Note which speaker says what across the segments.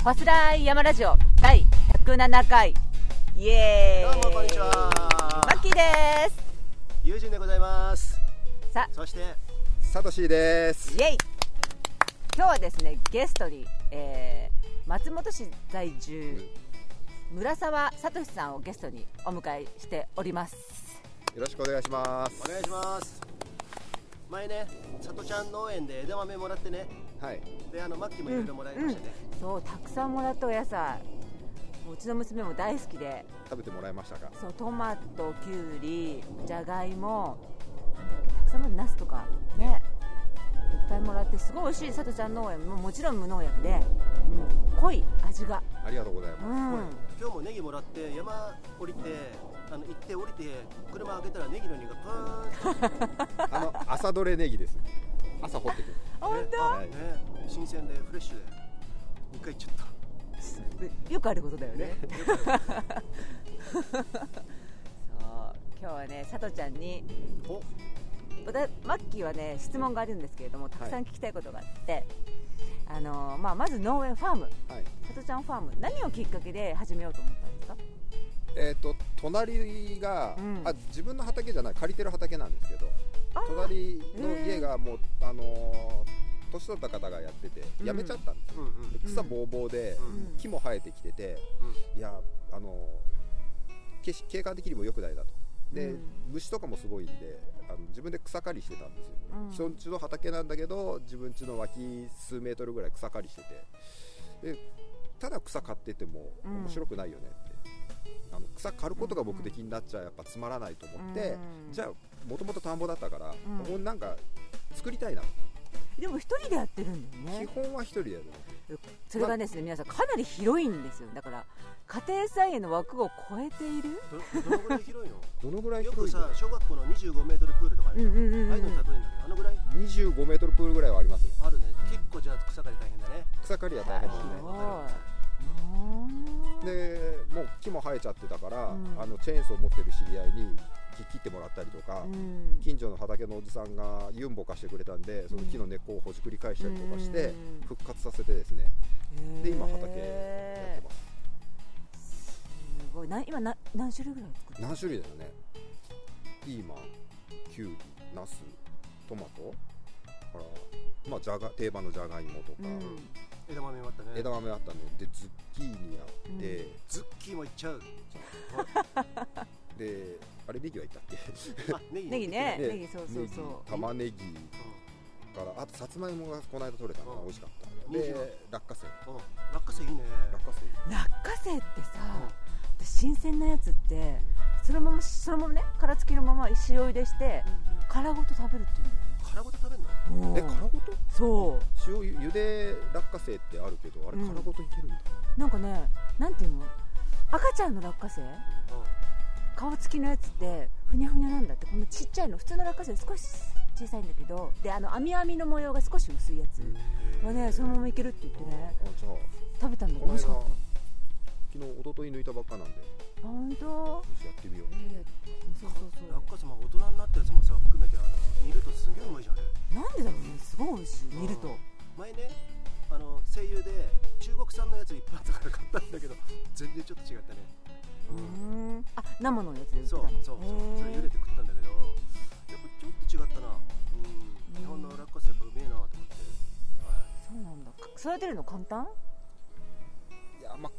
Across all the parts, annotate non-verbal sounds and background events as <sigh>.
Speaker 1: ファスライ山ラジオ第107回イエーイ
Speaker 2: どうもこんにちは
Speaker 1: マッキーです
Speaker 2: 友人でございます
Speaker 1: さあ
Speaker 2: そして
Speaker 3: サトシーです
Speaker 1: イエイ今日はですねゲストに、えー松本市在住村沢聡さんをゲストにお迎えしております
Speaker 3: よろしくお願いします
Speaker 2: お願いします前ねさとちゃん農園で枝豆もらってね
Speaker 3: はい
Speaker 2: であのマッキーもいろいろもらいましたね、
Speaker 1: そうたくさんもらったお野菜もううちの娘も大好きで
Speaker 3: 食べてもらいましたか
Speaker 1: そうトマトきゅうりじゃがいもなんだっけたくさんもナスとかねいっぱいもらってすごい美味しいさとちゃん農園ももちろん無農薬で、うん、濃い味が
Speaker 3: ありがとうございます、
Speaker 1: うん
Speaker 2: 今日もネギもらって山降りてあの行って降りて車開けたらネギの匂いがプーンと
Speaker 3: あ <laughs> の朝どれネギです朝掘ってくる
Speaker 1: 本
Speaker 3: は
Speaker 2: ね新鮮でフレッシュで2回行っちゃっ
Speaker 1: 当よくあることだよ
Speaker 2: た
Speaker 1: ね
Speaker 2: ねよかった
Speaker 1: そう今日はねさとちゃんに
Speaker 2: お
Speaker 1: 私マッキーはね質問があるんですけれどもたくさん聞きたいことがあって、あのまあ、まず農園ファーム
Speaker 3: はい
Speaker 1: さとちゃんファーム何をきっかけで始めようと思ったんですか
Speaker 3: えっ、と隣が、
Speaker 1: うん
Speaker 3: あ自分の畑じゃない借りてる畑なんですけど
Speaker 1: あー
Speaker 3: 隣の家がもう、あのー年取った方がやってて
Speaker 1: うん
Speaker 3: やめちゃったんです
Speaker 2: う
Speaker 3: よ、
Speaker 2: んうん
Speaker 3: で草ぼうぼうで、
Speaker 2: うん
Speaker 3: 木も生えてきてて、いやあの景色景観的にも良くないなとで、
Speaker 1: うん
Speaker 3: 虫とかもすごいんであの自分で草刈りしてたんですよ、
Speaker 1: うん
Speaker 3: 人んちの畑なんだけど自分ちの脇数メートルぐらい草刈りしててでただ草刈ってても
Speaker 1: うん
Speaker 3: 面白くないよねって、あの草刈ることが目的になっちゃやっぱつまらないと思って、
Speaker 1: うん
Speaker 3: じゃあもともと田んぼだったから、
Speaker 1: うん
Speaker 3: ここになんか作りたいな、
Speaker 1: でも一人でやってるんだよ
Speaker 3: 基
Speaker 1: ね
Speaker 3: 本は一人でやる
Speaker 1: それがですね皆さんかなり広いんですよだから家庭菜園の枠を超えている
Speaker 2: どどのぐらい
Speaker 1: <laughs>
Speaker 2: 広いの
Speaker 3: どのぐらい
Speaker 2: よ
Speaker 3: 広
Speaker 2: く
Speaker 3: いの
Speaker 2: さ小学校の25メートルプールとかあるじゃん、
Speaker 1: うんうんうんうん
Speaker 2: ああいうのに例えるんだけどあのぐらい
Speaker 3: 25メートルプールぐらいはありますね
Speaker 2: あるね結構じゃあ草刈り大変だね
Speaker 3: 草刈りは大変ですね、
Speaker 1: すごい
Speaker 3: でもう木も生えちゃってたから、
Speaker 1: うん
Speaker 3: あのチェーンソー持ってる知り合いに木切ってもらったりとか、
Speaker 1: うん
Speaker 3: 近所の畑のおじさんがユンボ貸してくれたんでその木の根っこをほじくり返したりとかして、
Speaker 1: うん
Speaker 3: 復活させてですねで今畑やってます
Speaker 1: すごいな今な何種類ぐらい作る
Speaker 3: 何種類だよねピーマンキュウリナストマトからまあじゃが定番のじゃがいもとか、
Speaker 1: う
Speaker 2: 枝豆もあったね
Speaker 3: 枝豆あったねでズッキーニあって、
Speaker 1: う
Speaker 2: ズッキーもいっちゃう
Speaker 3: であれネギはいったっけ
Speaker 2: あネギ
Speaker 1: ネギね
Speaker 3: ね
Speaker 1: ネギそうそうそう
Speaker 3: 玉ねぎからあとさつまいもがこの間取れたの
Speaker 2: う
Speaker 3: が
Speaker 2: ん
Speaker 3: 美味しかった
Speaker 2: いい
Speaker 3: で
Speaker 2: じゃん
Speaker 3: 落花生
Speaker 2: うん、うん、落花生いいね
Speaker 3: 落花生
Speaker 1: ん落花生ってさ、私新鮮なやつってそのままそのままね殻付きのまま塩茹でして殻ごと食べるってい
Speaker 2: 殻ごと食べるの
Speaker 1: うの
Speaker 3: え殻ごと
Speaker 1: そう
Speaker 3: 塩ゆゆで落花生ってあるけどあれ
Speaker 1: うん
Speaker 3: 殻ごといけるんだ、
Speaker 1: なんかねなんていうの赤ちゃんの落花生顔つきのやつってふにゃふにゃなんだってこのちっちゃいの普通の落花生少し小さいんだけどであの網網の模様が少し薄いやつ
Speaker 2: う
Speaker 1: は
Speaker 2: ん
Speaker 1: ねそのままいけるって言って
Speaker 3: あ
Speaker 1: ね
Speaker 3: じゃあ
Speaker 1: 食べたんだけど美
Speaker 3: この間
Speaker 1: 味しかった
Speaker 3: 昨日一昨日抜いたばっかなんで
Speaker 1: あ本当
Speaker 3: よしやってみよう
Speaker 1: いやいやそうそうそ
Speaker 2: 落花生も大人になったやつもさ含めてあの煮るとすげえうまいじゃんね
Speaker 1: うなんでだろうねすごい美味しい
Speaker 2: うん
Speaker 1: 見ると
Speaker 2: 前ねあの声優で中国産のやついっぱいあったから買ったんだけど <laughs> 全然ちょっと違ったね、
Speaker 1: うーんあ生のやつで売って
Speaker 2: そ
Speaker 1: た
Speaker 2: う
Speaker 1: の
Speaker 2: そうそう
Speaker 1: へー
Speaker 2: それ茹でて食ったんだけどやっぱちょっと違ったな、うん、日本の落花生やっぱうめえなと思って、はい
Speaker 1: そうなんだ育てるの簡単
Speaker 3: いやまあ、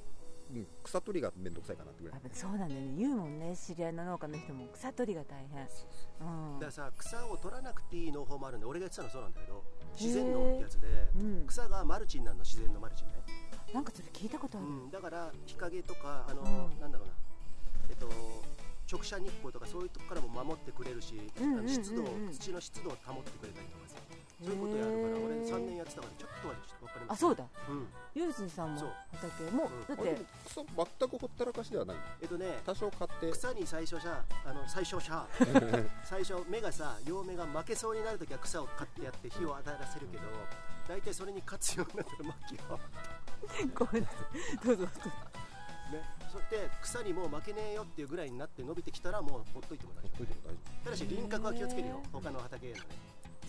Speaker 3: うん、草取りが面倒くさいかなってぐら
Speaker 1: や
Speaker 3: い
Speaker 1: っぱそうなんだよね言うもんね知り合いの農家の人も草取りが大変うん
Speaker 2: だからさ草を取らなくていい農法もあるんで俺がやってたのそうなんだけど自然農ってやつで、
Speaker 1: うん
Speaker 2: 草がマルチになるの自然のマルチね、
Speaker 1: なんかそれ聞いたことあ
Speaker 2: う
Speaker 1: る
Speaker 2: ん、だから日陰とかあの、
Speaker 1: うん
Speaker 2: なんだろうなえっと直射日光とかそういうとこからも守ってくれるし、
Speaker 1: うんうんうんうん
Speaker 2: あの湿度を土の湿度を保ってくれたりとかさそういうことやるから
Speaker 1: へー
Speaker 2: 俺3年やってたからちょっとは分かりま
Speaker 1: あ
Speaker 2: す
Speaker 1: そうだ
Speaker 2: うん、
Speaker 1: ユースさんも
Speaker 2: そう
Speaker 1: 畑も
Speaker 2: う
Speaker 1: だっ
Speaker 3: あで
Speaker 1: て
Speaker 3: も草全くほったらかしではない
Speaker 2: えっとね
Speaker 3: 多少買って
Speaker 2: 草に最初さあの最初さ
Speaker 3: <laughs>
Speaker 2: 最初目がさ両目が負けそうになるときは草を買ってやって火を与えらせるけど大体それに勝つようになったらマキは
Speaker 1: ごめんなさいどうぞどうぞ
Speaker 2: ね、それで草にもう負けねえよっていうぐらいになって伸びてきたらもうほっといてもら
Speaker 3: ほっと
Speaker 2: う
Speaker 3: いても大丈
Speaker 2: ただし輪郭は気をつけるよ
Speaker 1: へえ
Speaker 2: 他の畑へのね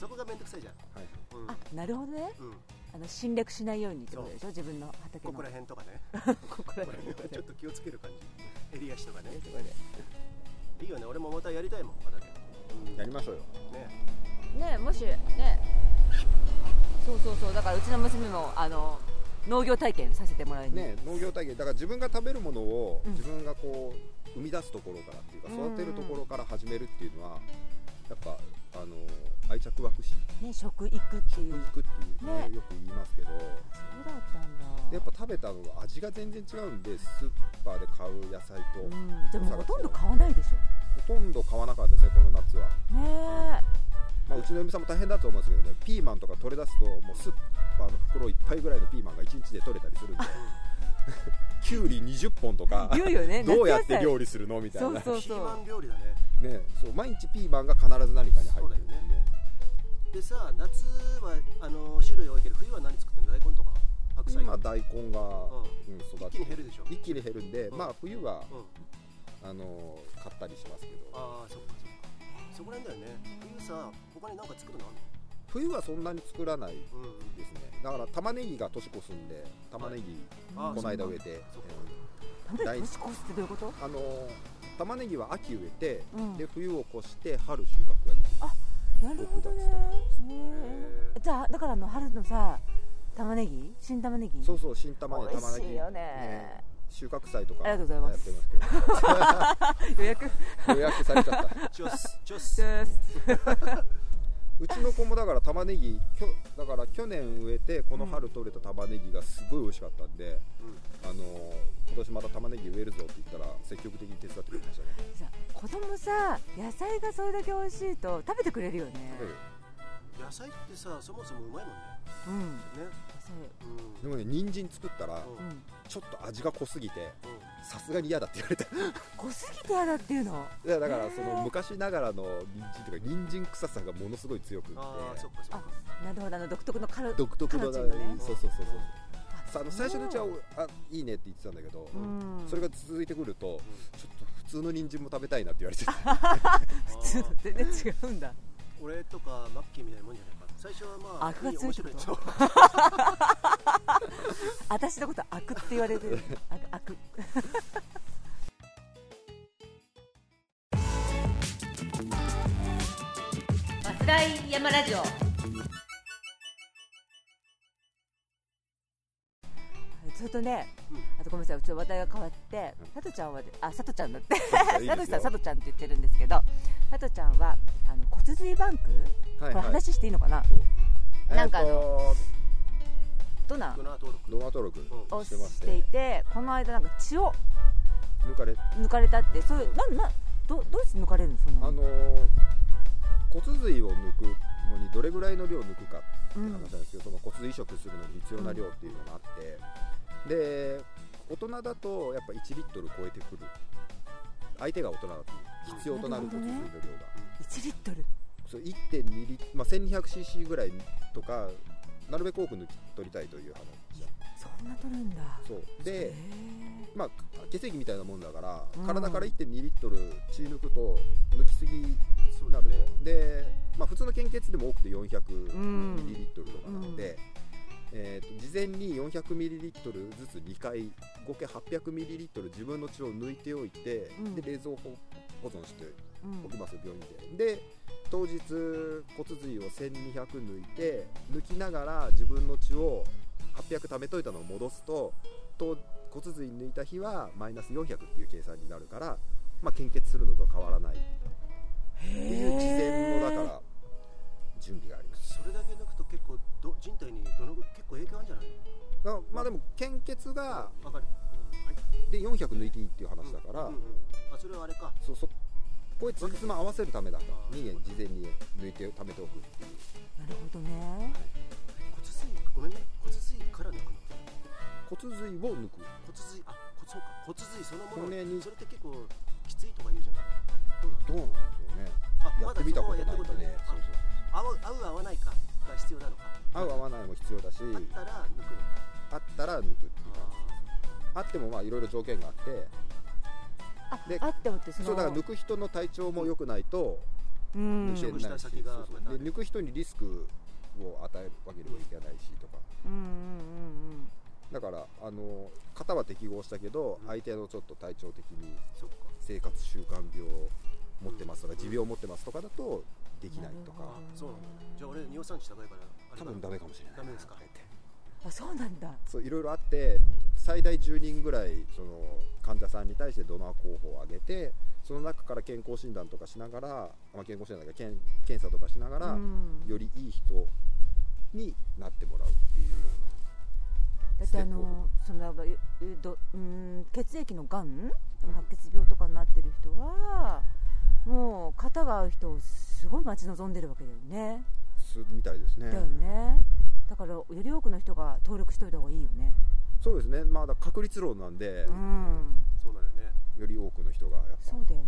Speaker 2: そこがめんどくさいじゃん、
Speaker 3: 夫はい
Speaker 2: うん
Speaker 1: あなるほどね
Speaker 2: うん、
Speaker 1: あの侵略しないようにってことでしょ自分の畑
Speaker 2: こ
Speaker 1: の
Speaker 2: こら辺とかね
Speaker 1: ここら
Speaker 2: ここら辺はちょっと気をつける感じ襟足とかね
Speaker 1: ところで
Speaker 2: いいよね俺もまたやりたいもん畑
Speaker 3: やりましょうよ
Speaker 2: ね
Speaker 1: ねもしねそうそうそうだからうちの娘もあの農業体験させてもらいに、
Speaker 3: ね農業体験だから自分が食べるものを
Speaker 1: うん
Speaker 3: 自分がこう生み出すところからっていうか
Speaker 1: うん
Speaker 3: 育てるところから始めるっていうのはやっぱあの愛着湧くし
Speaker 1: ね食育っていう
Speaker 3: 食育っていうね
Speaker 1: ね
Speaker 3: よく言いますけど
Speaker 1: そうだったんだ
Speaker 3: やっぱ食べたのが味が全然違うんでスーパーで買う野菜と
Speaker 1: うんでもほとんど買わないでしょ
Speaker 3: ほとんど買わなかったですねこの夏は、
Speaker 1: ね
Speaker 3: まあ、うちの嫁さんも大変だと思うんですけどねピーマンとか取れ出すともうスーパーの袋いっぱいぐらいのピーマンが1日で取れたりす <laughs> るんできゅうり20本とか
Speaker 1: え言うよね
Speaker 3: どうやって料
Speaker 1: 理
Speaker 3: 理するのみたいな
Speaker 1: そうそう
Speaker 2: ピ
Speaker 1: そう
Speaker 2: ーマン料理だね
Speaker 3: ね、そう毎日ピーマンが必ず何かに入ってるんで、
Speaker 2: そうだでさ夏はあの種類多いけど冬は何作ってんの大根とか白菜
Speaker 3: 今大根が、うん育
Speaker 2: 一
Speaker 3: っ
Speaker 2: 気に
Speaker 3: て
Speaker 2: 減るでしょ
Speaker 3: 一気に減るんで、
Speaker 2: うん
Speaker 3: まあ冬は、
Speaker 2: うん
Speaker 3: あのー買ったりしますけど
Speaker 2: ああそっかそっかそこら辺だよね冬さ他に何か作るのあ
Speaker 3: 冬はそんなに作らない
Speaker 2: んのうんうん
Speaker 3: ですねだから玉ねぎが年越すんで玉ねぎ
Speaker 2: あー
Speaker 3: この間植え
Speaker 2: そ
Speaker 3: て、
Speaker 2: っか
Speaker 1: なんで年越すってどういうこと
Speaker 3: うんあのー玉ねぎは秋植えて、
Speaker 1: うん
Speaker 3: で冬を越して春収穫ができる
Speaker 1: なるほどねへえじゃあだからあの春のさ玉ねぎ新玉ねぎ
Speaker 3: そうそう新玉ねぎ
Speaker 1: 美
Speaker 3: 玉
Speaker 1: 味
Speaker 3: ね
Speaker 1: し
Speaker 3: ぎ
Speaker 1: いよね
Speaker 3: 収穫祭とか
Speaker 1: あ
Speaker 3: や
Speaker 1: り
Speaker 3: って
Speaker 1: がとうござい
Speaker 3: ま
Speaker 1: ますす
Speaker 3: けど
Speaker 1: 予約
Speaker 3: 予約されちゃった
Speaker 2: チョスチ
Speaker 1: <laughs>
Speaker 2: ョス
Speaker 1: です
Speaker 3: うちの子もだから玉ねぎきょだから去年植えてこの春取れた玉ねぎがすごい美味しかったんで、あのー今年また玉ねぎ植えるぞって言ったら積極的に手伝ってくれましたね
Speaker 1: さ子供さ野菜がそれだけ美味しいと食べてくれるよね
Speaker 2: 野菜ってさそもそもうまいもんね
Speaker 1: うん
Speaker 2: ね
Speaker 1: そう
Speaker 3: でもね人参作ったら
Speaker 2: うん
Speaker 1: う
Speaker 2: うん
Speaker 1: ん
Speaker 3: ちょっと味が濃すぎて
Speaker 2: うん
Speaker 3: さすがに嫌だって言われた <laughs>
Speaker 1: 濃すぎて嫌だっていうの
Speaker 3: いやだからそ
Speaker 1: へ
Speaker 3: の
Speaker 1: ー
Speaker 3: 昔ながらの人参とか人参臭さがものすごい強くって
Speaker 2: ああそっかそっか
Speaker 1: なるほどあの独特のカロ
Speaker 3: 独特の
Speaker 1: カロチンのね
Speaker 3: そうそうそうそう
Speaker 1: あ
Speaker 3: さあの最初のうちはあいいねって言ってたんだけど、
Speaker 1: うん
Speaker 3: それが続いてくるとちょっと普通の人参も食べたいなって言われてて
Speaker 2: 普
Speaker 1: ちょっと全然違うんだ
Speaker 2: 俺とかマッキーみたいなもんじゃないか最初はまあ
Speaker 1: 悪が
Speaker 2: いい
Speaker 1: 強い
Speaker 2: 面
Speaker 1: って
Speaker 2: 白
Speaker 1: こ
Speaker 2: い
Speaker 1: と
Speaker 2: そう
Speaker 1: 私のこと悪って言われてる悪悪松田山ラジオずっとね、
Speaker 2: うん
Speaker 1: あとごめんなさい、うちの話題が変わって
Speaker 3: うん、
Speaker 1: さとちゃんは、あ、さとちゃんだって、
Speaker 3: いいですよ
Speaker 1: <laughs> さとさん、さとちゃんって言ってるんですけど、さとちゃんは、あの骨髄バンク、
Speaker 3: は
Speaker 1: これ話していいのかな、なんかあの
Speaker 3: の
Speaker 1: ドナ
Speaker 2: ド
Speaker 1: ー
Speaker 2: ナー登録
Speaker 3: 動画登録
Speaker 2: うん
Speaker 1: を
Speaker 3: してまし
Speaker 1: してていて、この間なんか血を
Speaker 3: 抜かれ
Speaker 1: 抜かれたってそういうなんなんどどうして抜かれるのそんな
Speaker 3: あ
Speaker 1: の
Speaker 3: の骨髄を抜くのにどれぐらいの量を抜くかって
Speaker 1: う
Speaker 3: 話
Speaker 1: ん
Speaker 3: なんですけど、その骨髄移植するのに必要な量っていうのがあって、で大人だとやっぱ1リットル超えてくる相手が大人だと必要となる骨髄の量が、
Speaker 1: 1リットル
Speaker 3: そう1.2リットル、まあ、1200cc ぐらいとかなるべく多く抜き取りたいという話
Speaker 1: そんな取るんだ
Speaker 3: そう
Speaker 1: へ
Speaker 3: で、
Speaker 1: ー
Speaker 3: まあ、血液みたいなもんだから、
Speaker 1: うん
Speaker 3: 体から1.2リットル血抜くと抜きすぎ
Speaker 2: そう
Speaker 3: な
Speaker 2: だ
Speaker 3: る
Speaker 2: ね
Speaker 3: とで、まあ、普通の献血でも多くて400
Speaker 1: ん
Speaker 3: ミリリットルとかなんで、えーと事前に400ミリリットルずつ2回合計800ミリリットル自分の血を抜いておいて、
Speaker 1: うん
Speaker 3: で冷蔵庫保存して
Speaker 1: うん
Speaker 3: おきます病院で。で当日骨髄を1200抜いて抜きながら自分の血を800貯めといたのを戻すとと骨髄抜いた日はマイナス400っていう計算になるから、まあ、献血するのと変わらないっていう事前のだから準備があります
Speaker 2: それだけ抜くと結構ど人体にどのぐ結構影響あるんじゃない
Speaker 3: だからまあでも献血が
Speaker 2: わかるうんはい
Speaker 3: で400抜いていいっていう話だから、
Speaker 2: うんうんあそれはあれか
Speaker 3: そうそこういうつじつま合わせるためだから
Speaker 2: うん
Speaker 3: に事前に抜いて貯めておくっていう
Speaker 1: なるほどね
Speaker 2: 骨髄ごめんね骨髄から抜くの
Speaker 3: 骨髄を抜く
Speaker 2: 骨髄あこそうか骨髄そのもの
Speaker 3: 骨に
Speaker 2: それって結構きついとか言うじゃないどうなの
Speaker 3: どうなんでしょうね
Speaker 2: あ
Speaker 3: やってみたことないんでね
Speaker 2: まだそこはやったことないあ合う合う合わないかが必要なのか
Speaker 3: そうそうそう合う合わないも必要だし
Speaker 2: あったら抜くのか
Speaker 3: あったら抜くっていう感じあってもまあいろいろ条件があって
Speaker 1: あ
Speaker 3: で
Speaker 1: あってもってその
Speaker 3: そうだから抜く人の体調も良くないと
Speaker 1: うん
Speaker 3: 抜けな
Speaker 2: 移植
Speaker 3: いし、
Speaker 2: した先が
Speaker 3: そうそう
Speaker 2: また
Speaker 3: で抜く人にリスクを与えるわけにもいけないしとか
Speaker 1: う
Speaker 3: だからあの型は適合したけど、
Speaker 2: うん
Speaker 3: 相手のちょっと体調的に
Speaker 2: そっか
Speaker 3: 生活習慣病を持ってますとか、
Speaker 2: うん
Speaker 3: 持病を持ってますとかだとできないと
Speaker 1: な
Speaker 3: か
Speaker 1: るほ
Speaker 2: あそうなのじゃあ俺尿酸値高いからあれか
Speaker 3: 多
Speaker 2: な
Speaker 3: 分ダメかもしれない
Speaker 2: ダメですか
Speaker 3: あれって
Speaker 1: あそうなんだ
Speaker 3: そういろいろあって最大10人ぐらいその患者さんに対してドナー候補を挙げてその中から健康診断とかしながら、まあ、健康診断だけど検検査とかしながら、
Speaker 1: うん
Speaker 3: よりいい人になってもらうっていうよ
Speaker 1: だってあのそのやっぱううどうーん血液のがん白血病とかになってる人はもう型が合う人をすごい待ち望んでるわけだよね、
Speaker 3: うなすみたいですね
Speaker 1: だよねだからより多くの人が登録しておいた方がいいよね
Speaker 3: そうですねまあだから確率論なんで、
Speaker 1: うん
Speaker 2: そうなのよね
Speaker 3: より多くの人がやっぱ
Speaker 1: そうだよね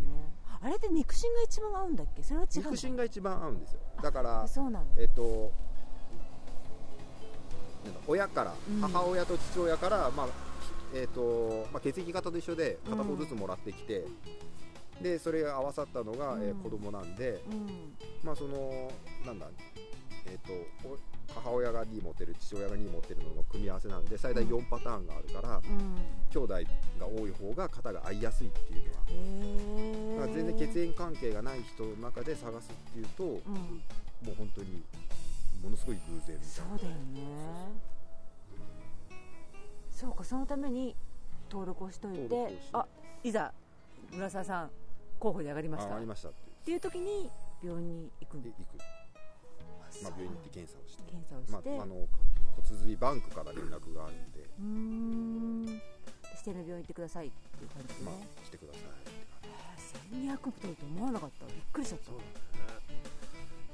Speaker 1: あれで肉親が一番合うんだっけそれは違うの
Speaker 3: 肉親が一番合うんですよだから
Speaker 1: そうなの
Speaker 3: えっとなんだ親から、
Speaker 1: うん
Speaker 3: 母親と父親から、まあえっとまあ、血液型と一緒で片方ずつもらってきて、でそれが合わさったのが、えー
Speaker 1: うん
Speaker 3: 子供なんで、
Speaker 1: うん
Speaker 3: まあそのなんだえっ、とお母親が D 持ってる父親が D 持ってるのの組み合わせなんで最大
Speaker 1: うん
Speaker 3: 4パターンがあるから、
Speaker 1: うん
Speaker 3: 兄弟が多い方が型が合いやすいってい
Speaker 1: へえ
Speaker 3: うのはだから全然血縁関係がない人の中で探すっていうと、
Speaker 1: うん
Speaker 3: もう本当にものすごい偶然みた
Speaker 1: そ
Speaker 3: いう
Speaker 1: だよねそうかそのために登録をしとい
Speaker 3: 登録
Speaker 1: て
Speaker 3: をして
Speaker 1: あいざ村沢さん候補に上がりま
Speaker 3: な
Speaker 1: し
Speaker 3: あ
Speaker 1: た
Speaker 3: あり
Speaker 1: っ
Speaker 3: ましたって
Speaker 1: ていう時に病院に行くん
Speaker 3: で
Speaker 1: だ
Speaker 3: 行く、
Speaker 1: そ
Speaker 3: ま
Speaker 1: う
Speaker 3: あ、病院に行って検査をして、
Speaker 1: 検査を
Speaker 3: ま
Speaker 1: して、
Speaker 3: あ、あの骨髄バンクから連絡があるんで、
Speaker 1: うーん指定の病院行ってくださいっていう感じでね
Speaker 3: ま、あ、来てくださいって
Speaker 1: えー1200億取ると思わなかったびっくりしちゃっ
Speaker 2: そう
Speaker 1: た
Speaker 2: なのよね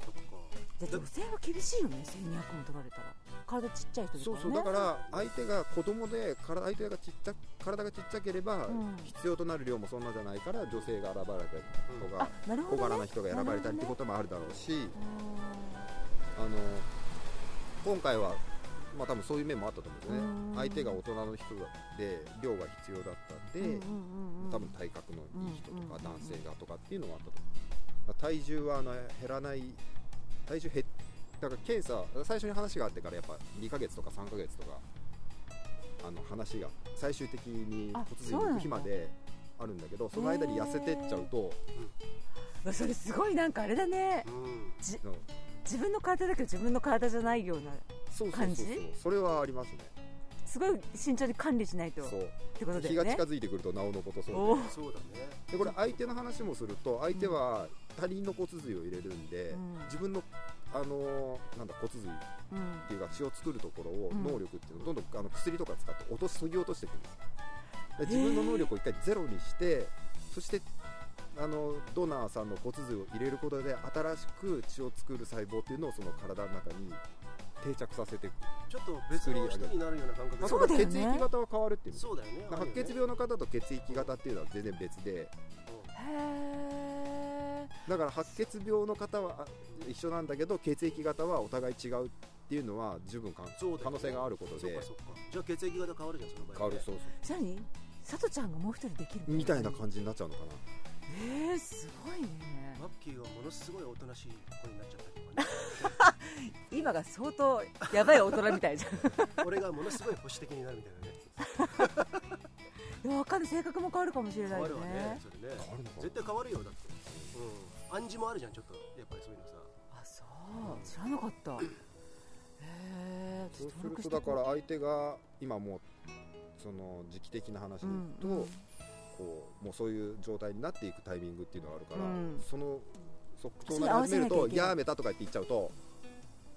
Speaker 2: そっか
Speaker 1: じゃ女性は厳しいよね1200も取られたら体ちっちゃい人
Speaker 3: そう
Speaker 1: とか
Speaker 3: そ
Speaker 1: ね
Speaker 3: うだから相手が子供で体相手がちっちゃ体がちっちゃければ、
Speaker 1: うん
Speaker 3: 必要となる量もそんなじゃないから女性が選ばれたりと
Speaker 1: あ
Speaker 3: か、
Speaker 1: なるほ
Speaker 3: 小
Speaker 1: ど
Speaker 3: 柄
Speaker 1: ね
Speaker 3: な人が選ばれたりってこともあるだろうし、
Speaker 1: あ
Speaker 3: あの今回は、まあ、多分そういう面もあったと思うんですよね
Speaker 1: うん
Speaker 3: 相手が大人の人で量が必要だった
Speaker 1: ーう
Speaker 3: んで、
Speaker 1: んうんうんうん
Speaker 3: 多分体格のいい人とか
Speaker 1: うん
Speaker 3: 男性がとかっていうのはあったと思うだから体重はあの減らない体重減っだから検査最初に話があってからやっぱ2ヶ月とか3ヶ月とかあの話が最終的に
Speaker 1: あ
Speaker 3: 骨髄に行く日まであるんだけどその間に痩せてっちゃうと、
Speaker 1: うわそれすごいなんかあれだね
Speaker 2: うん
Speaker 1: じ
Speaker 3: うん
Speaker 1: 自分の体だけど自分の体じゃないような
Speaker 3: そうそうそう
Speaker 1: 感
Speaker 3: そう
Speaker 1: じ
Speaker 3: それはありますね
Speaker 1: すごい慎重に管理しないとっ
Speaker 3: そう
Speaker 1: てことだ
Speaker 3: 気
Speaker 1: よ
Speaker 3: が
Speaker 1: ね
Speaker 3: 近づいてくるとなおのことそうで
Speaker 1: おー
Speaker 2: そうだね
Speaker 3: でこれ相手の話もすると相手は他人の骨髄を入れるんで、
Speaker 1: うん
Speaker 3: 自分の、あのーなんだ骨髄っ
Speaker 1: うん
Speaker 3: ていうか血を作るところを
Speaker 1: うん
Speaker 3: 能力っていうのをどんどんあの薬とか使って落とし削ぎ落としていくんですで自分の能力を一回ゼロにしてそしてあのドナーさんの骨髄を入れることで新しく血を作る細胞っていうのをその体の中に定着させていく
Speaker 2: ちょっと別の人になるような感覚
Speaker 1: そうだよね
Speaker 3: 血液型は変わるっていう
Speaker 2: そうだよね
Speaker 3: 白血病の方と血液型っていうのは全然別で
Speaker 1: へ
Speaker 3: だから白血病の方はあ一緒なんだけど血液型はお互い違うっていうのは十分かん
Speaker 2: そうだよね
Speaker 3: 可能性があること
Speaker 2: そっ
Speaker 3: で
Speaker 2: かそっかじゃあ血液型変わるじゃんその場合
Speaker 3: 変わるそう
Speaker 1: えじゃあ何さとちゃんがもう一人できる
Speaker 3: そうみたいな感じになっちゃうのかな
Speaker 1: えー、すごいね
Speaker 2: マッキーがものすごいおとなしい子になっちゃったりとかね
Speaker 3: <laughs>
Speaker 1: 今が相当やばい大人みたいじゃん <laughs>
Speaker 2: 俺がものすごい保守的になるみたいなね
Speaker 1: いやわかる性格も変わるかもしれな
Speaker 2: 変
Speaker 1: い
Speaker 2: わ
Speaker 1: よ
Speaker 2: るわね
Speaker 1: ね
Speaker 2: それね
Speaker 3: 変わるのかな
Speaker 2: 絶対変わるよだってうん暗示もあるじゃんちょっとやっぱりそういうのさ
Speaker 1: あそう知らなかったへえ
Speaker 3: そうするとだから相手が今もうその時期的な話で言うと、
Speaker 1: うんうん
Speaker 3: こうもうそういう状態になっていくタイミングっていうのがあるから、
Speaker 1: うん
Speaker 3: そのそそう
Speaker 1: それ合
Speaker 3: なり
Speaker 1: わ
Speaker 3: 始
Speaker 1: せな
Speaker 3: める
Speaker 1: きゃいけ
Speaker 3: と
Speaker 1: ない
Speaker 3: 「やめた」とか言って言っちゃうと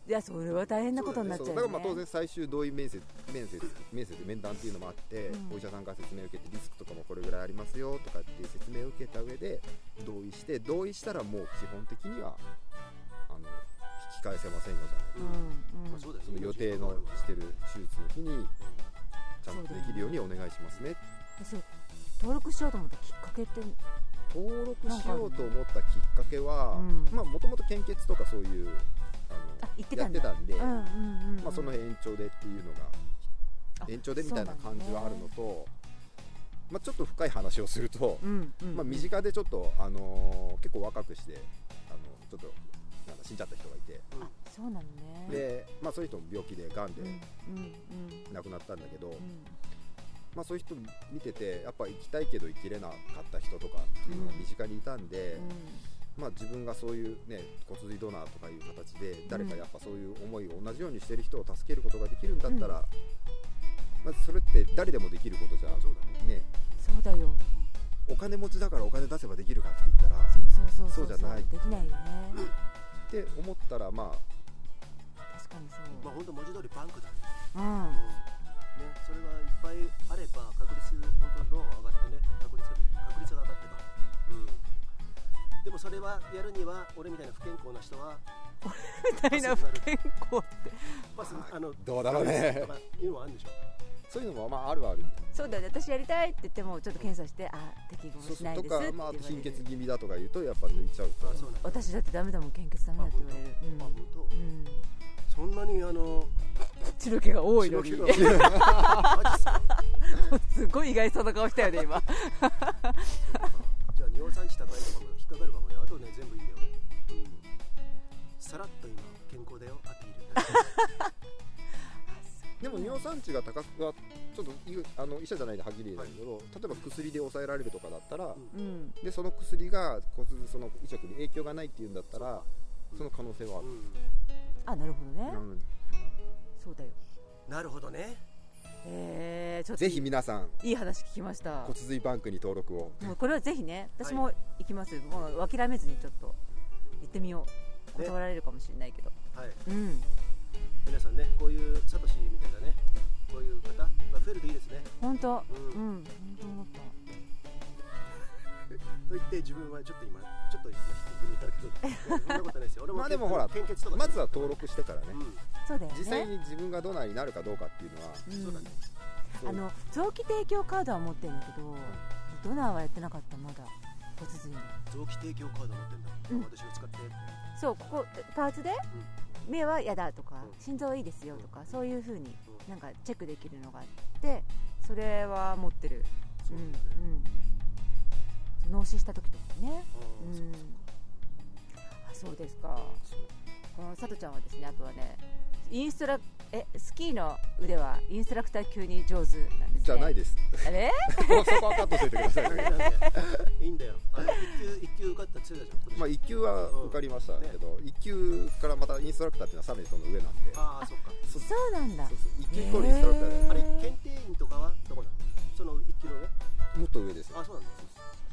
Speaker 1: いやそれは大変なことになっちゃう
Speaker 3: そ
Speaker 1: よね
Speaker 3: うだからまあ当然最終同意面接面接面接面談っていうのもあって、
Speaker 1: うん
Speaker 3: お医者さんから説明を受けてリスクとかもこれぐらいありますよとかっていう説明を受けた上で同意して同意したらもう基本的にはあの引き返せませんよじゃない
Speaker 1: うんうん
Speaker 2: まあそうだよ
Speaker 3: その予定のしてる手術の日にちゃんとできるようにお願いしますね
Speaker 1: そう登録しようと思ったきっかけって
Speaker 3: 登録しようと思ったきっかけは
Speaker 1: うん
Speaker 3: まあもともと献血とかそういうあ
Speaker 1: あ
Speaker 3: の
Speaker 1: 言って
Speaker 3: や
Speaker 1: た
Speaker 3: っ
Speaker 1: ん
Speaker 3: て
Speaker 1: だ
Speaker 3: たんで、
Speaker 1: うんうんうん
Speaker 3: まあ、その延長でっていうの
Speaker 1: あ
Speaker 3: が延長でみたいな感じはあるの
Speaker 1: そ
Speaker 3: と、まあ、ちょっと深い話をすると、
Speaker 1: うんうん
Speaker 3: まあ、身近でちょっと、あのー結構若くしてあのちょっとなんか死んじゃった人がいて
Speaker 2: うん
Speaker 1: あそうなのね
Speaker 3: で、まあ、そういう人も病気でがんで
Speaker 1: うんうんうん
Speaker 3: 亡くなったんだけど、
Speaker 1: うん
Speaker 3: まあ、そういう人見ててやっぱ生きたいけど生きれなかった人とかっていうのが身近にいたんで、まあ、自分がそういう、ね、骨髄ドナーとかいう形で誰かやっぱそういう思いを同じようにしてる人を助けることができるんだったら、まあ、それって誰でもできることじゃ
Speaker 2: そうだね
Speaker 3: ね
Speaker 1: そうだよ
Speaker 3: お金持ちだからお金出せばできるかって言ったら
Speaker 1: そうそうそう
Speaker 3: そうじゃない
Speaker 1: できないよね
Speaker 3: って思ったらまあ
Speaker 1: 確かにそ
Speaker 2: まあ本当文字通りバンクだね,、
Speaker 1: う
Speaker 2: うん
Speaker 1: うん
Speaker 2: ねそれがいっぱいあれば確率本当ローン上がってね確率確率が上がってばうんでもそれはやるには俺みたいな不健康な人は
Speaker 1: みたいな不健康って
Speaker 2: パスあの
Speaker 3: どうだろうね
Speaker 2: とかいうのはあるんでしょ
Speaker 3: そういうのもまああるあるみたいな。
Speaker 1: そうだよね私やりたいって言ってもちょっと検査してあ適合
Speaker 3: そ
Speaker 1: し
Speaker 3: うそう
Speaker 1: ない
Speaker 3: と
Speaker 1: ですって
Speaker 3: か
Speaker 1: 言、
Speaker 3: ま
Speaker 1: わ
Speaker 3: あ、
Speaker 1: れる
Speaker 3: 貧血気味だとか言うとやっぱ抜いちゃうから
Speaker 2: あそうなんだ
Speaker 1: 私だってダメだもん献血ダメだって言われる
Speaker 2: あ本当
Speaker 1: うんうん
Speaker 2: そんなにあの
Speaker 1: 血の気が多いの
Speaker 2: 白
Speaker 1: に
Speaker 2: 毛が <laughs> マジっすか
Speaker 1: <laughs> すごい意外そうな顔したよね今
Speaker 2: じゃあ尿酸値高いとかも引っかかるかもねあとね全部いいんだよ俺、うん、さらっと今健康だよアピール
Speaker 3: でも尿酸値が高くはちょっといあの医者じゃないんではっきり言えないけど、例えば薬で抑えられるとかだったら、
Speaker 2: ん
Speaker 1: <laughs> うん
Speaker 3: でその薬が骨髄その移植に影響がないっていうんだったら
Speaker 2: うん
Speaker 3: その可能性はある、
Speaker 2: うん
Speaker 1: あなるほどね
Speaker 3: うん
Speaker 1: そうだよ
Speaker 2: なるほどね
Speaker 1: えー、ちょっと
Speaker 3: ぜひ皆さん
Speaker 1: いい話聞きました
Speaker 3: 骨髄バンクに登録を
Speaker 1: もうこれはぜひね私も行きます、もう諦めずにちょっと行ってみよう
Speaker 2: ね
Speaker 1: 断られるかもしれないけど、
Speaker 2: はい
Speaker 1: うん
Speaker 2: 皆さんねこういうサトシみたいなねこういう方が増えるといいですね
Speaker 1: 本当
Speaker 2: う
Speaker 1: うん本
Speaker 2: ん、
Speaker 1: 当思った
Speaker 2: と言って自分はちょっと今ちょっと今引きずりになるけどそんなことないですよ俺も
Speaker 3: まあでもほら
Speaker 2: 献血とか
Speaker 3: まずは登録してからね、
Speaker 2: うん
Speaker 1: そうだよね
Speaker 3: 実際に自分がドナーになるかどうかっていうのは
Speaker 1: うん
Speaker 2: そうだね
Speaker 3: そう
Speaker 1: あの臓器提供カードは持ってるんだけどドナーはやってなかったまだ骨髄の
Speaker 2: 臓器提供カード持ってんだ、
Speaker 1: うん
Speaker 2: 私を使って
Speaker 1: そうここパーツで、目はやだとか、
Speaker 2: うん
Speaker 1: 心臓はいいですよとか、そういうふうに
Speaker 2: うん
Speaker 1: なんかチェックできるのがあってそれは持ってる
Speaker 2: そうなんだね、
Speaker 1: うんうんそう脳死した時とかね
Speaker 2: あ
Speaker 1: う
Speaker 2: ー
Speaker 1: んあそうですかこのさとちゃんはですねあとはねインストラえスキーの腕はインストラクター級に上手なんですね
Speaker 3: じゃない
Speaker 1: で
Speaker 3: です、
Speaker 1: あれ
Speaker 3: そこはそこはカットしててください
Speaker 2: そうなんだよいいんだよあの一級一級受かったら強いじゃん今年
Speaker 3: まあ1級は受かりましたけど、1級からまたインストラクターっていうのは3名その上なんで
Speaker 2: ああそっか
Speaker 3: そうそう
Speaker 1: そうなんだ
Speaker 3: そう1級イコールインストラクターで
Speaker 2: あれ検定員とかはどこなのその一級のね
Speaker 3: もっと上ですよ
Speaker 2: あそうなんだ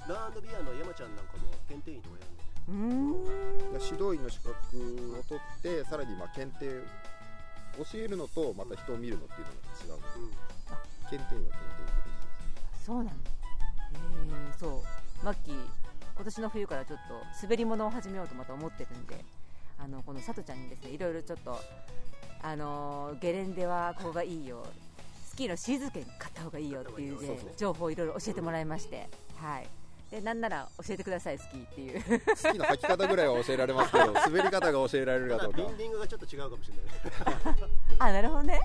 Speaker 2: ラーンドビアの山ちゃんなんかも検定員とかやるんだよ
Speaker 1: うーん
Speaker 3: 指導員の資格を取ってさらにまあ検定教えるのとまた人を見るのっていうのが違うので
Speaker 2: うん
Speaker 3: 検定員は検定員で別です
Speaker 1: そうなんだえー、そうマッキー今年の冬からちょっと滑り物を始めようとまた思ってるんであのこのさとちゃんにですねいろいろちょっとあのーゲレンデはここがいいよスキーのシーズン券買った方がいいよっていうね
Speaker 2: そうそう
Speaker 1: 情報をいろいろ教えてもらいましてはいでなんなら教えてくださいスキーっていう
Speaker 3: 好きな履き方ぐらいは教えられますけど滑り方が教えられるか
Speaker 2: た
Speaker 3: ど
Speaker 2: だ
Speaker 3: うか
Speaker 2: ビンディングがちょっと違うかもしれな
Speaker 1: <laughs>
Speaker 2: いね
Speaker 1: <laughs> あなるほどね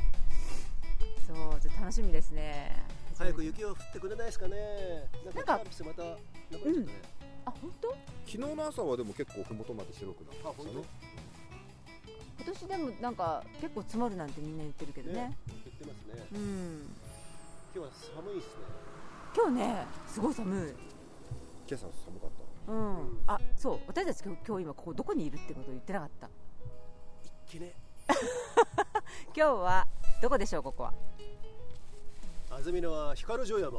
Speaker 1: そうちょっと楽しみですね
Speaker 2: 早く雪を降ってくれないですかねなんか
Speaker 1: なんか
Speaker 2: キャンプスまたなくなっちゃったね、
Speaker 1: あ本当
Speaker 3: 昨日の朝はでも結構麓まで白くなった
Speaker 2: あ
Speaker 3: んです
Speaker 2: 本
Speaker 3: よ
Speaker 2: 当
Speaker 3: ね
Speaker 1: 今年でもなんか結構積もるなんてみんな言ってるけどね
Speaker 2: ね言ってますね
Speaker 1: うん
Speaker 2: 今日は寒いですね
Speaker 1: 今日ねすごい寒い
Speaker 3: 今朝寒かっ
Speaker 1: うん、
Speaker 2: うん
Speaker 1: あそう私たち今日今日今ここどこにいるってことを言ってなかった
Speaker 2: 一気ね
Speaker 1: 今日はどこでしょうここは
Speaker 2: 安曇野は光城山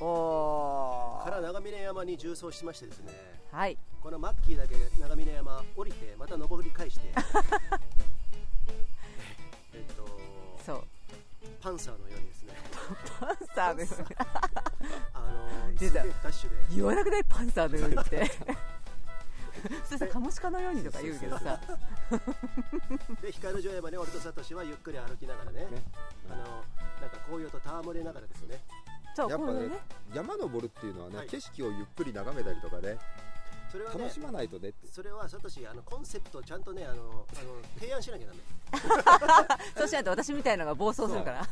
Speaker 1: お
Speaker 2: から長峰山に縦走しましてですね
Speaker 1: はい
Speaker 2: このマッキーだけ長峰山降りてまた登り返して
Speaker 1: <laughs>
Speaker 2: えっと
Speaker 1: そう
Speaker 2: パンサーのように
Speaker 1: <laughs>
Speaker 2: ですね
Speaker 1: パンサーのように
Speaker 2: あの
Speaker 1: 出
Speaker 2: すげ
Speaker 1: た
Speaker 2: えダッシュで
Speaker 1: 言わなくないパンサーのようにって <laughs> 普通さカモシカのようにとか言うけどさ
Speaker 2: で光城山ね俺とサトシはゆっくり歩きながらね
Speaker 3: ね
Speaker 2: あのなんか紅葉と戯れながらですね
Speaker 1: そう
Speaker 3: たやっ
Speaker 1: こ
Speaker 3: ぱ
Speaker 1: の
Speaker 3: ね
Speaker 1: ね
Speaker 3: 山登るっていうのはね、
Speaker 2: はい
Speaker 3: 景色をゆっくり眺めたりとかね
Speaker 2: それはね
Speaker 3: 楽しまないとねって
Speaker 2: それはサトシあのコンセプトをちゃんとねあのあの提案しなきゃダメ
Speaker 1: そうしないと私みたいのが暴走するから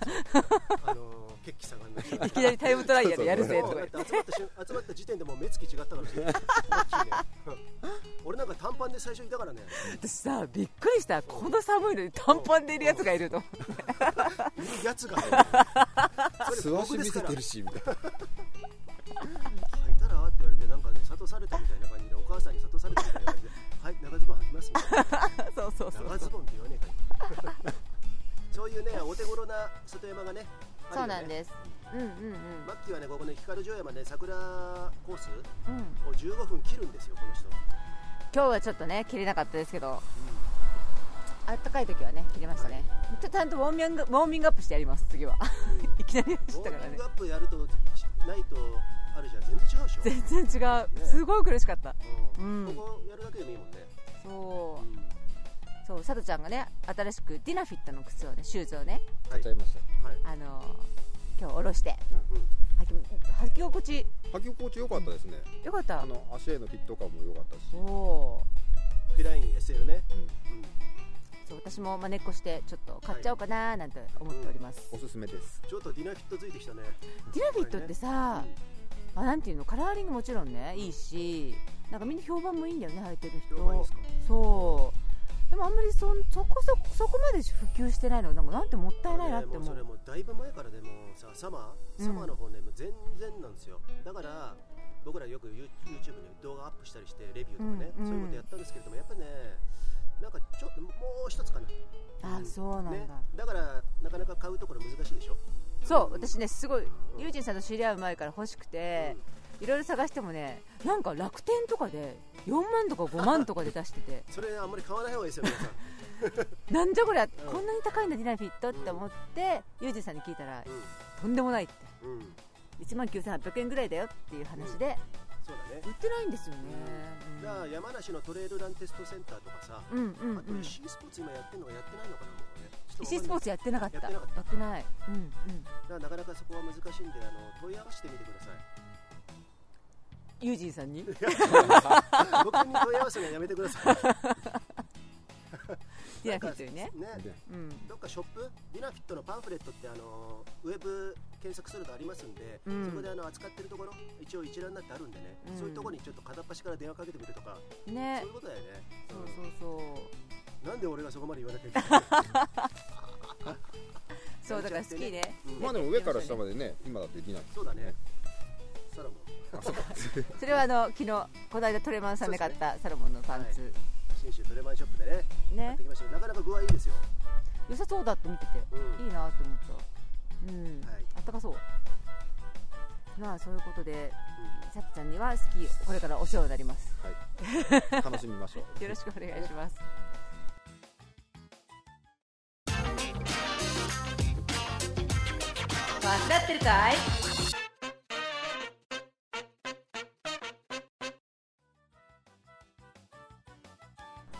Speaker 2: あの血気盛んな人
Speaker 1: いきなりタイムトライアルやるぜと
Speaker 2: も
Speaker 1: か
Speaker 2: う
Speaker 1: 言
Speaker 2: だ
Speaker 1: っ
Speaker 2: ってて集まった瞬集まった時点でもう目つき違ったからねマッキーね俺俺なんか短パンで最初いたからね
Speaker 1: 私さびっくりしたこの寒いのに短パンでいるやつがいると思って
Speaker 2: いるやつがそ
Speaker 3: 素
Speaker 2: れ
Speaker 3: 足
Speaker 2: 僕で
Speaker 3: 見
Speaker 2: すか
Speaker 3: せ
Speaker 2: ら
Speaker 3: てるしみたいな
Speaker 2: 履いたらって言われてなんかね諭されたみたいな感じでお母さんに諭されたみたいな感じではい長ズボン履きますみたいな
Speaker 1: そうそうそう
Speaker 2: 長ズボンって言わねえかよそういうねお手頃な里山がねある
Speaker 1: そ
Speaker 2: よ
Speaker 1: う
Speaker 2: ね
Speaker 1: なんですうんうんうん
Speaker 2: マッキーはねここね光城山ね桜コース
Speaker 1: うん
Speaker 2: を15分切るんですよこ
Speaker 1: <laughs>
Speaker 2: の人は、
Speaker 1: 今日はちょっとね切れなかったですけど
Speaker 2: う
Speaker 1: あったかい時はね切れましたね、ちょっとちゃんとウォーミングウォーミングアップしてやります次は <laughs>
Speaker 2: んうん
Speaker 1: いきなり走
Speaker 2: ウォ
Speaker 1: ったか
Speaker 2: ー
Speaker 1: ら
Speaker 2: ミン
Speaker 1: ね
Speaker 2: グアップやるとしないとあるじゃん全然違うでしょ、
Speaker 1: 全然違うすごい苦しかった
Speaker 2: うん
Speaker 1: うん
Speaker 2: ここやるだけでもいいもんね、
Speaker 1: そううんそう佐藤ちゃんがね新しくディナフィットの靴をねシューズをね
Speaker 2: は
Speaker 3: 買
Speaker 2: い
Speaker 3: っちゃいました
Speaker 2: はい
Speaker 1: あのー今日下ろして
Speaker 2: うん
Speaker 1: 履き履き心地
Speaker 3: 履き心地良かったですね
Speaker 1: よかっ
Speaker 3: あ
Speaker 1: た
Speaker 3: の足へのフィット感も良かったし、
Speaker 1: おお
Speaker 2: フィライン SL ね、
Speaker 3: うん
Speaker 2: うん、
Speaker 1: ーそう私もまねっこしてちょっと買っちゃおうかなーなんて思っております、
Speaker 3: おすすめです
Speaker 2: ちょっとディナーフィットついてきたね
Speaker 1: ディナフィットってさ、まあ、なんていうのカラーリングもちろんねいいしなんかみんな評判もいいんだよね履いてる人
Speaker 2: 評判いいですか
Speaker 1: そうでもあんまりそんそこそこそこまで普及してないのなんかなんてもったいないなって
Speaker 2: もう
Speaker 1: 思
Speaker 2: それ
Speaker 1: う
Speaker 2: もうだいぶ前からでもさサマー
Speaker 1: うん
Speaker 2: サマーの方ね、もう全然なんですよだから僕らよく You- YouTube に動画アップしたりしてレビューとかね、
Speaker 1: うんうん
Speaker 2: そういうことやったんですけれどもやっぱねなんかちょっともう一つかな
Speaker 1: あそうなんだ、
Speaker 2: ね、だからなかなか買うところ難しいでしょ
Speaker 1: そう
Speaker 2: うん
Speaker 1: 私ねすごい
Speaker 2: うん
Speaker 1: ユージンさんと知り合う前から欲しくて
Speaker 2: うん、
Speaker 1: いろいろ探してもねなんか楽天とかで4万とか5万とかで出してて
Speaker 2: それあんまり買わない方がいいですよ
Speaker 1: <laughs>
Speaker 2: 皆さん
Speaker 1: なんじゃこりゃ、
Speaker 2: ん
Speaker 1: こんなに高いんだディナフィットって思って、ユージンさんに聞いたらとんでもないって
Speaker 2: うん、うん、
Speaker 1: 1万9800円ぐらいだよっていう話で、
Speaker 2: そうだね
Speaker 1: 売ってないんですよね、
Speaker 2: だから山梨のトレイルランテストセンターとかさ、
Speaker 1: うん、うんうん
Speaker 2: あと石井スポーツ今やってるのかやってないのかなもうねちょっとわかんない
Speaker 1: 石井スポーツやってなかった
Speaker 2: やってなかった
Speaker 1: てないうんうん
Speaker 2: だからなかなかそこは難しいんであの問い合わせてみてください
Speaker 1: ユージンさん
Speaker 2: <laughs>
Speaker 1: に
Speaker 2: 僕に問い合わせるのやめてく
Speaker 1: <laughs>
Speaker 2: ださい。
Speaker 1: ディナフィットにね
Speaker 2: なんかね
Speaker 3: で
Speaker 1: うん
Speaker 2: どっかショップ、ディナフィットのパンフレットってあのウェブ検索するとありますんで、
Speaker 1: うん
Speaker 2: そこであの扱ってるところ、一応一覧になってあるんでね、
Speaker 1: うん
Speaker 2: そういうところにちょっと片っ端から電話かけてみるとか、
Speaker 1: ね
Speaker 2: そういうことだよね。
Speaker 1: そう
Speaker 2: うん
Speaker 1: そうそう
Speaker 2: なんで俺がそこまで言わなきゃいけないの。
Speaker 1: <laughs>
Speaker 2: <laughs>
Speaker 1: そうだから好きね
Speaker 2: うん
Speaker 3: まあでも上から下までね今だってできない
Speaker 2: そうだね。サロモン。
Speaker 1: それはあの昨日この間トレマンさんで買ったサロモンのパンツ、
Speaker 2: 信州トレマンショップでね、買っ
Speaker 1: ね
Speaker 2: てきましたけどなかなか具合いいですよ。
Speaker 1: 良さそうだって見てて
Speaker 2: うん。
Speaker 1: いいなって思ったうん、
Speaker 2: はい
Speaker 1: あったかそうまあそういうことでさっちゃんにはスキーこれからお世話になります
Speaker 3: 楽しみましょう
Speaker 1: よろしくお願いします間違ってるかい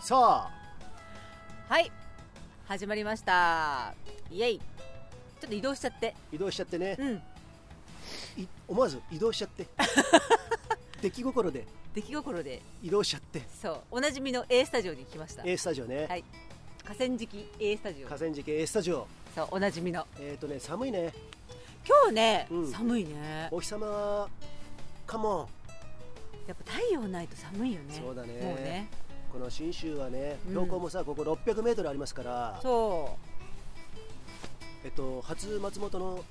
Speaker 2: さあ、
Speaker 1: はい始まりましたイエイちょっと移動しちゃって
Speaker 2: 移動しちゃってね、
Speaker 1: うん
Speaker 2: い思わず移動しち
Speaker 1: <laughs>
Speaker 2: ゃって、出来心で
Speaker 1: 出来心で
Speaker 2: 移動しちゃって。
Speaker 1: そうおなじみの A スタジオに来ました
Speaker 2: A スタジオね、
Speaker 1: はい河川敷 A スタジオ
Speaker 2: 河川敷 A スタジオ
Speaker 1: そうおなじみの
Speaker 2: えっ、とね寒いね
Speaker 1: 今日ね、
Speaker 2: うん
Speaker 1: 寒いね
Speaker 2: お日様カモン
Speaker 1: やっぱ太陽ないと寒いよね
Speaker 2: そうだね
Speaker 1: もうね
Speaker 2: この信州はね
Speaker 1: うん
Speaker 2: 標高もさ、ここ600メートルありますから
Speaker 1: そう
Speaker 2: えっと初松本の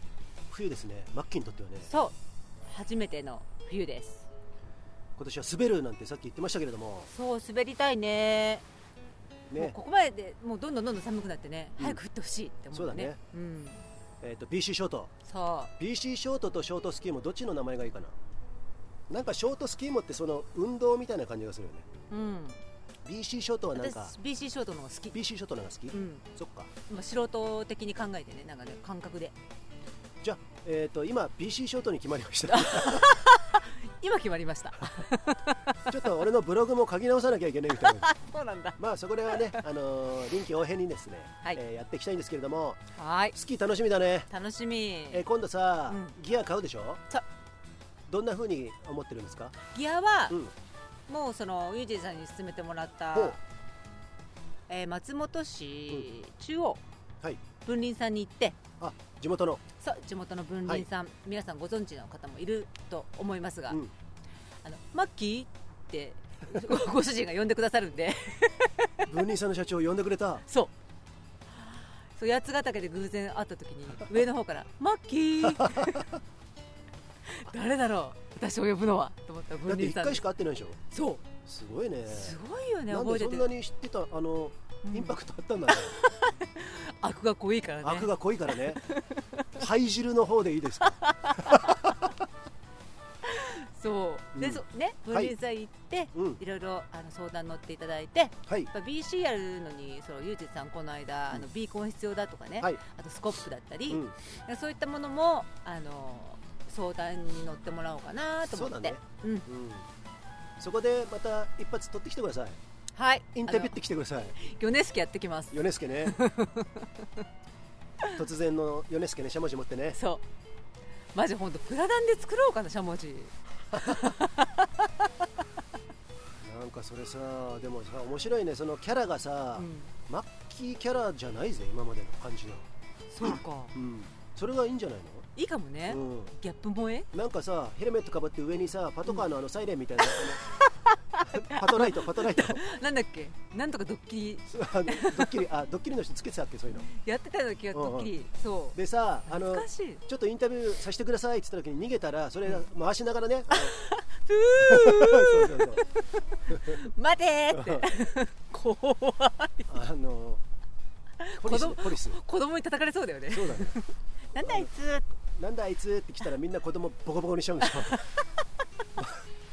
Speaker 2: 冬ですねマッキーにとってはね
Speaker 1: そう初めての冬です
Speaker 2: 今年は滑るなんてさっき言ってましたけれども
Speaker 1: そう滑りたいねもう
Speaker 2: ね
Speaker 1: ここまででもうどんどんどんどん寒くなってね、
Speaker 2: うん
Speaker 1: 早く降ってほしいって思うよねうん
Speaker 2: えっと BC ショート
Speaker 1: そ
Speaker 2: BC ショートとショートスキーもどっちの名前がいいかななんかショートスキーもってその運動みたいな感じがするよね
Speaker 1: ううん
Speaker 2: BC ショートはなん
Speaker 1: 私
Speaker 2: か
Speaker 1: BC ショートの方が好き
Speaker 2: BC ショートの方が好き、
Speaker 1: うん
Speaker 2: そっか
Speaker 1: まあ素人的に考えてねなんかね感覚で
Speaker 2: じゃあ、えっと今 BC ショートに決まりました <laughs>
Speaker 1: 今決まりました
Speaker 2: ちょっと俺のブログも書き直さなきゃいけないみたい
Speaker 1: <laughs>
Speaker 2: な
Speaker 1: そうなんだ
Speaker 2: まあそこらはね、あのー臨機応変にですね、
Speaker 1: はい
Speaker 2: えーやっていきたいんですけれども
Speaker 1: はい
Speaker 2: スキー楽しみだね、
Speaker 1: 楽しみ
Speaker 2: えー今度さ、
Speaker 1: うん
Speaker 2: ギア買うでしょ
Speaker 1: そう
Speaker 2: どんな風に思ってるんですか、
Speaker 1: ギアは
Speaker 2: うん、
Speaker 1: もうそのユージさんに勧めてもらった
Speaker 2: ほう
Speaker 1: えー松本市中央
Speaker 2: はい
Speaker 1: 分林さんに行って
Speaker 2: あ地
Speaker 1: <laughs>
Speaker 2: 元の、
Speaker 1: そう地元の分林さん、皆さんご存知の方もいると思いますが、
Speaker 2: うん
Speaker 1: あのマッキーってごご主人が呼んでくださるんで
Speaker 2: 分任さんの社長呼んでくれた
Speaker 1: そうそう八ヶ岳で偶然会った時に上の方から「マッキー
Speaker 2: <laughs>
Speaker 1: 誰だろう私を呼ぶのは」と思ったら
Speaker 2: だ
Speaker 1: 分
Speaker 2: って
Speaker 1: 離
Speaker 2: 1
Speaker 1: さん
Speaker 2: 回しか会ってないでしょ
Speaker 1: そ
Speaker 2: すごいね
Speaker 1: うすごいよね
Speaker 2: なん
Speaker 1: 覚え
Speaker 2: で
Speaker 1: て
Speaker 2: そ
Speaker 1: て
Speaker 2: んなに知ってたあの
Speaker 1: うん
Speaker 2: インパクトあったんだね、
Speaker 1: 悪が濃いからね
Speaker 2: 悪が濃いか
Speaker 1: <laughs>
Speaker 2: らね灰汁の方でいいですか
Speaker 1: そうで、
Speaker 2: うん
Speaker 1: そね分
Speaker 2: はい
Speaker 1: 離さん行って、
Speaker 2: うん
Speaker 1: いろいろあの相談乗っていただいてやっ
Speaker 2: はい
Speaker 1: ぱ BC やるのにそのゆうじさんこの間、あのビーコン必要だとかね、
Speaker 2: はい
Speaker 1: あとスコップだったり、
Speaker 2: うん
Speaker 1: そういったものもあの相談に乗ってもらおうかなと
Speaker 2: そ
Speaker 1: 思
Speaker 2: うだ
Speaker 1: って、
Speaker 2: ね
Speaker 1: うん
Speaker 2: うんそこでまた一発取ってきてください
Speaker 1: はい
Speaker 2: インタビューっ
Speaker 1: あ
Speaker 2: てきてください
Speaker 1: のヨネスケやってきます
Speaker 2: 米
Speaker 1: <laughs>
Speaker 2: 助ね突然の米助ねしゃもじ持ってね
Speaker 1: そうマジ本当プラダンで作ろうかなしゃもじ
Speaker 2: なんかそれさでもさ面白いねそのキャラがさ、
Speaker 1: うん
Speaker 2: マッキーキャラじゃないぜ今までの感じの、
Speaker 1: そうか
Speaker 2: うん、それがいいんじゃない
Speaker 1: いいかもね、
Speaker 2: の、うん
Speaker 1: ギャップ萌え
Speaker 2: なんかさヘルメットかぶって上にさパトカーのあのサイレンみ
Speaker 1: <laughs>
Speaker 2: たいな、あのパトライトパトライト <laughs>
Speaker 1: なんだっけなんとかドッキリ
Speaker 2: そうあのドッキリあドッキリの人つけてたっけそういうの
Speaker 1: やってたような気がドッキリ、そう
Speaker 2: でさあの
Speaker 1: 懐かしい
Speaker 2: ちょっとインタビューさせてくださいって言った時に逃げたらそれ回しなが
Speaker 1: <laughs>
Speaker 2: らね、そうそうそう
Speaker 1: 待てーって
Speaker 2: <laughs>
Speaker 1: 怖い
Speaker 2: あのポリ
Speaker 1: 子
Speaker 2: スね
Speaker 1: 供
Speaker 2: ポリス
Speaker 1: 子供に叩かれそうだよね <laughs>
Speaker 2: そうだね
Speaker 1: なんだあいつ
Speaker 2: なんだあいつって来たらみんな子供ボコボコにしちゃうんですよ <laughs>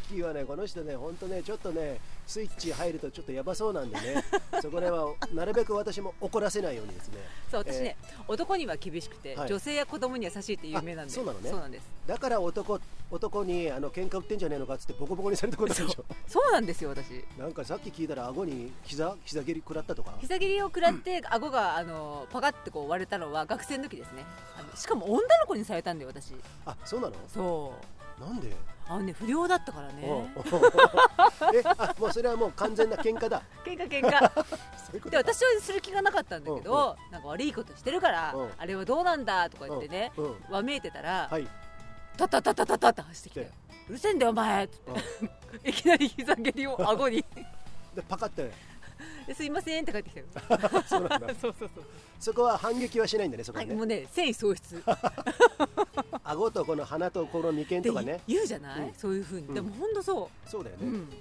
Speaker 2: キーはねこの人ね本当ねちょっとねスイッチ入るとちょっとやばそうなんでねそこら辺はなるべく私も怒らせないようにですね
Speaker 1: そう私ね、男には厳しくて、
Speaker 2: はい
Speaker 1: 女性や子供には優しいって有名なんで
Speaker 2: あそうなのね
Speaker 1: そうなんです
Speaker 2: だから男男にあの喧嘩売ってんじゃねえのかっつってボコボコにされたことあるでしょ
Speaker 1: そうなんですよ私
Speaker 2: なんかさっき聞いたら顎に膝膝蹴り食らったとか
Speaker 1: 膝切りを食らって顎があのパカッてこう割れたのは学生の時ですねあのしかも女の子にされたんだよ私
Speaker 2: あそうなの
Speaker 1: そう
Speaker 2: なんで、
Speaker 1: あのね不良だったからね
Speaker 2: おう
Speaker 1: <laughs>
Speaker 2: <laughs> えあもうそれはもう完全な喧嘩だ
Speaker 1: 喧嘩喧嘩
Speaker 2: <laughs> そういうこと
Speaker 1: で私はする気がなかったんだけど、なんか悪いことしてるから、
Speaker 2: うん
Speaker 1: あれはどうなんだとか言ってね、
Speaker 2: うんうん
Speaker 1: わめいてたら、
Speaker 2: はい
Speaker 1: タタタタタタって走ってきて
Speaker 2: で
Speaker 1: 「うるせえんだよお前」って言って <laughs> いきなり膝蹴りを顎に
Speaker 2: でパカって
Speaker 1: ですいませんって帰ってきたよ
Speaker 2: <laughs> そうなんだ
Speaker 1: <laughs> そうそうそう、
Speaker 2: そこは反撃はしないんだねそこ
Speaker 1: は、
Speaker 2: はいね、
Speaker 1: もうね繊維喪失っ
Speaker 2: 顎とこの鼻とこの眉間
Speaker 1: て
Speaker 2: とかね
Speaker 1: 言うじゃない、
Speaker 2: うん
Speaker 1: そういうふうに、
Speaker 2: うん
Speaker 1: でも本当そ
Speaker 2: そうだよ
Speaker 1: う、
Speaker 2: ね、
Speaker 1: うん、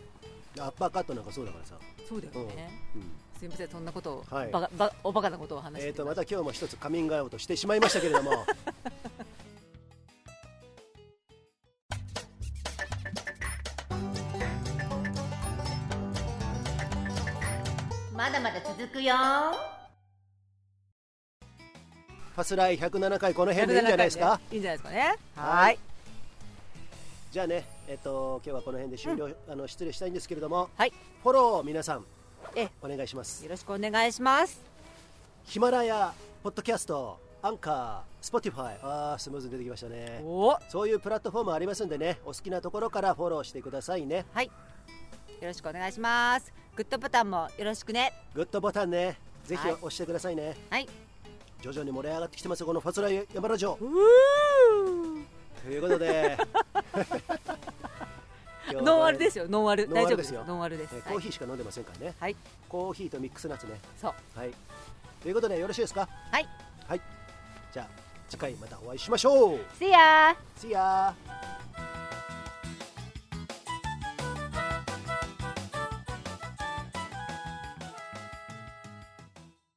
Speaker 2: アッパーカットなんかそうだからさ、
Speaker 1: そうだよね、
Speaker 2: うん
Speaker 1: すみませんそんなことを、
Speaker 2: はい
Speaker 1: バカバおバカなことを話して
Speaker 2: え
Speaker 1: て
Speaker 2: ー、とまた今日も一つカミングアウトしてしまいましたけれども
Speaker 4: まだまだ続くよ
Speaker 2: ファスライ107回この辺でいいんじゃないです
Speaker 1: やめ
Speaker 2: か
Speaker 1: なきゃねいいんじゃないですかね
Speaker 2: はい
Speaker 1: はい
Speaker 2: じゃあねえっ、と今日はこの辺で終了、あの失礼したいんですけれども
Speaker 1: はい
Speaker 2: フォローを皆さん
Speaker 1: え
Speaker 2: お願いします
Speaker 1: よろしくお願いします
Speaker 2: ヒマラヤポッドキャストアンカースポティファイあースムーズに出てきましたね
Speaker 1: おー
Speaker 2: そういうプラットフォームありますんでねお好きなところからフォローしてくださいね
Speaker 1: はいよろしくお願いしますグッドボタンもよろしくね
Speaker 2: グッドボタンねぜひ
Speaker 1: はい
Speaker 2: 押してくださいね、
Speaker 1: はい
Speaker 2: 徐々に盛り上がってきてますよこのファスライ山ラジオ
Speaker 1: う
Speaker 2: ということで
Speaker 1: <laughs>
Speaker 2: 今日はね
Speaker 1: ノンアルですよノンアル
Speaker 2: ノン
Speaker 1: 大丈
Speaker 2: アル
Speaker 1: 夫で
Speaker 2: で
Speaker 1: すす
Speaker 2: よ
Speaker 1: よノンアルです
Speaker 2: えー
Speaker 1: はい
Speaker 2: コーヒーしか飲んでませんからね
Speaker 1: はい
Speaker 2: コーヒーとミックスナッツね
Speaker 1: そう
Speaker 2: はいということでよろしいですか
Speaker 1: はい
Speaker 2: はいじゃあ次回またお会いしましょう
Speaker 4: せやー
Speaker 2: See ya!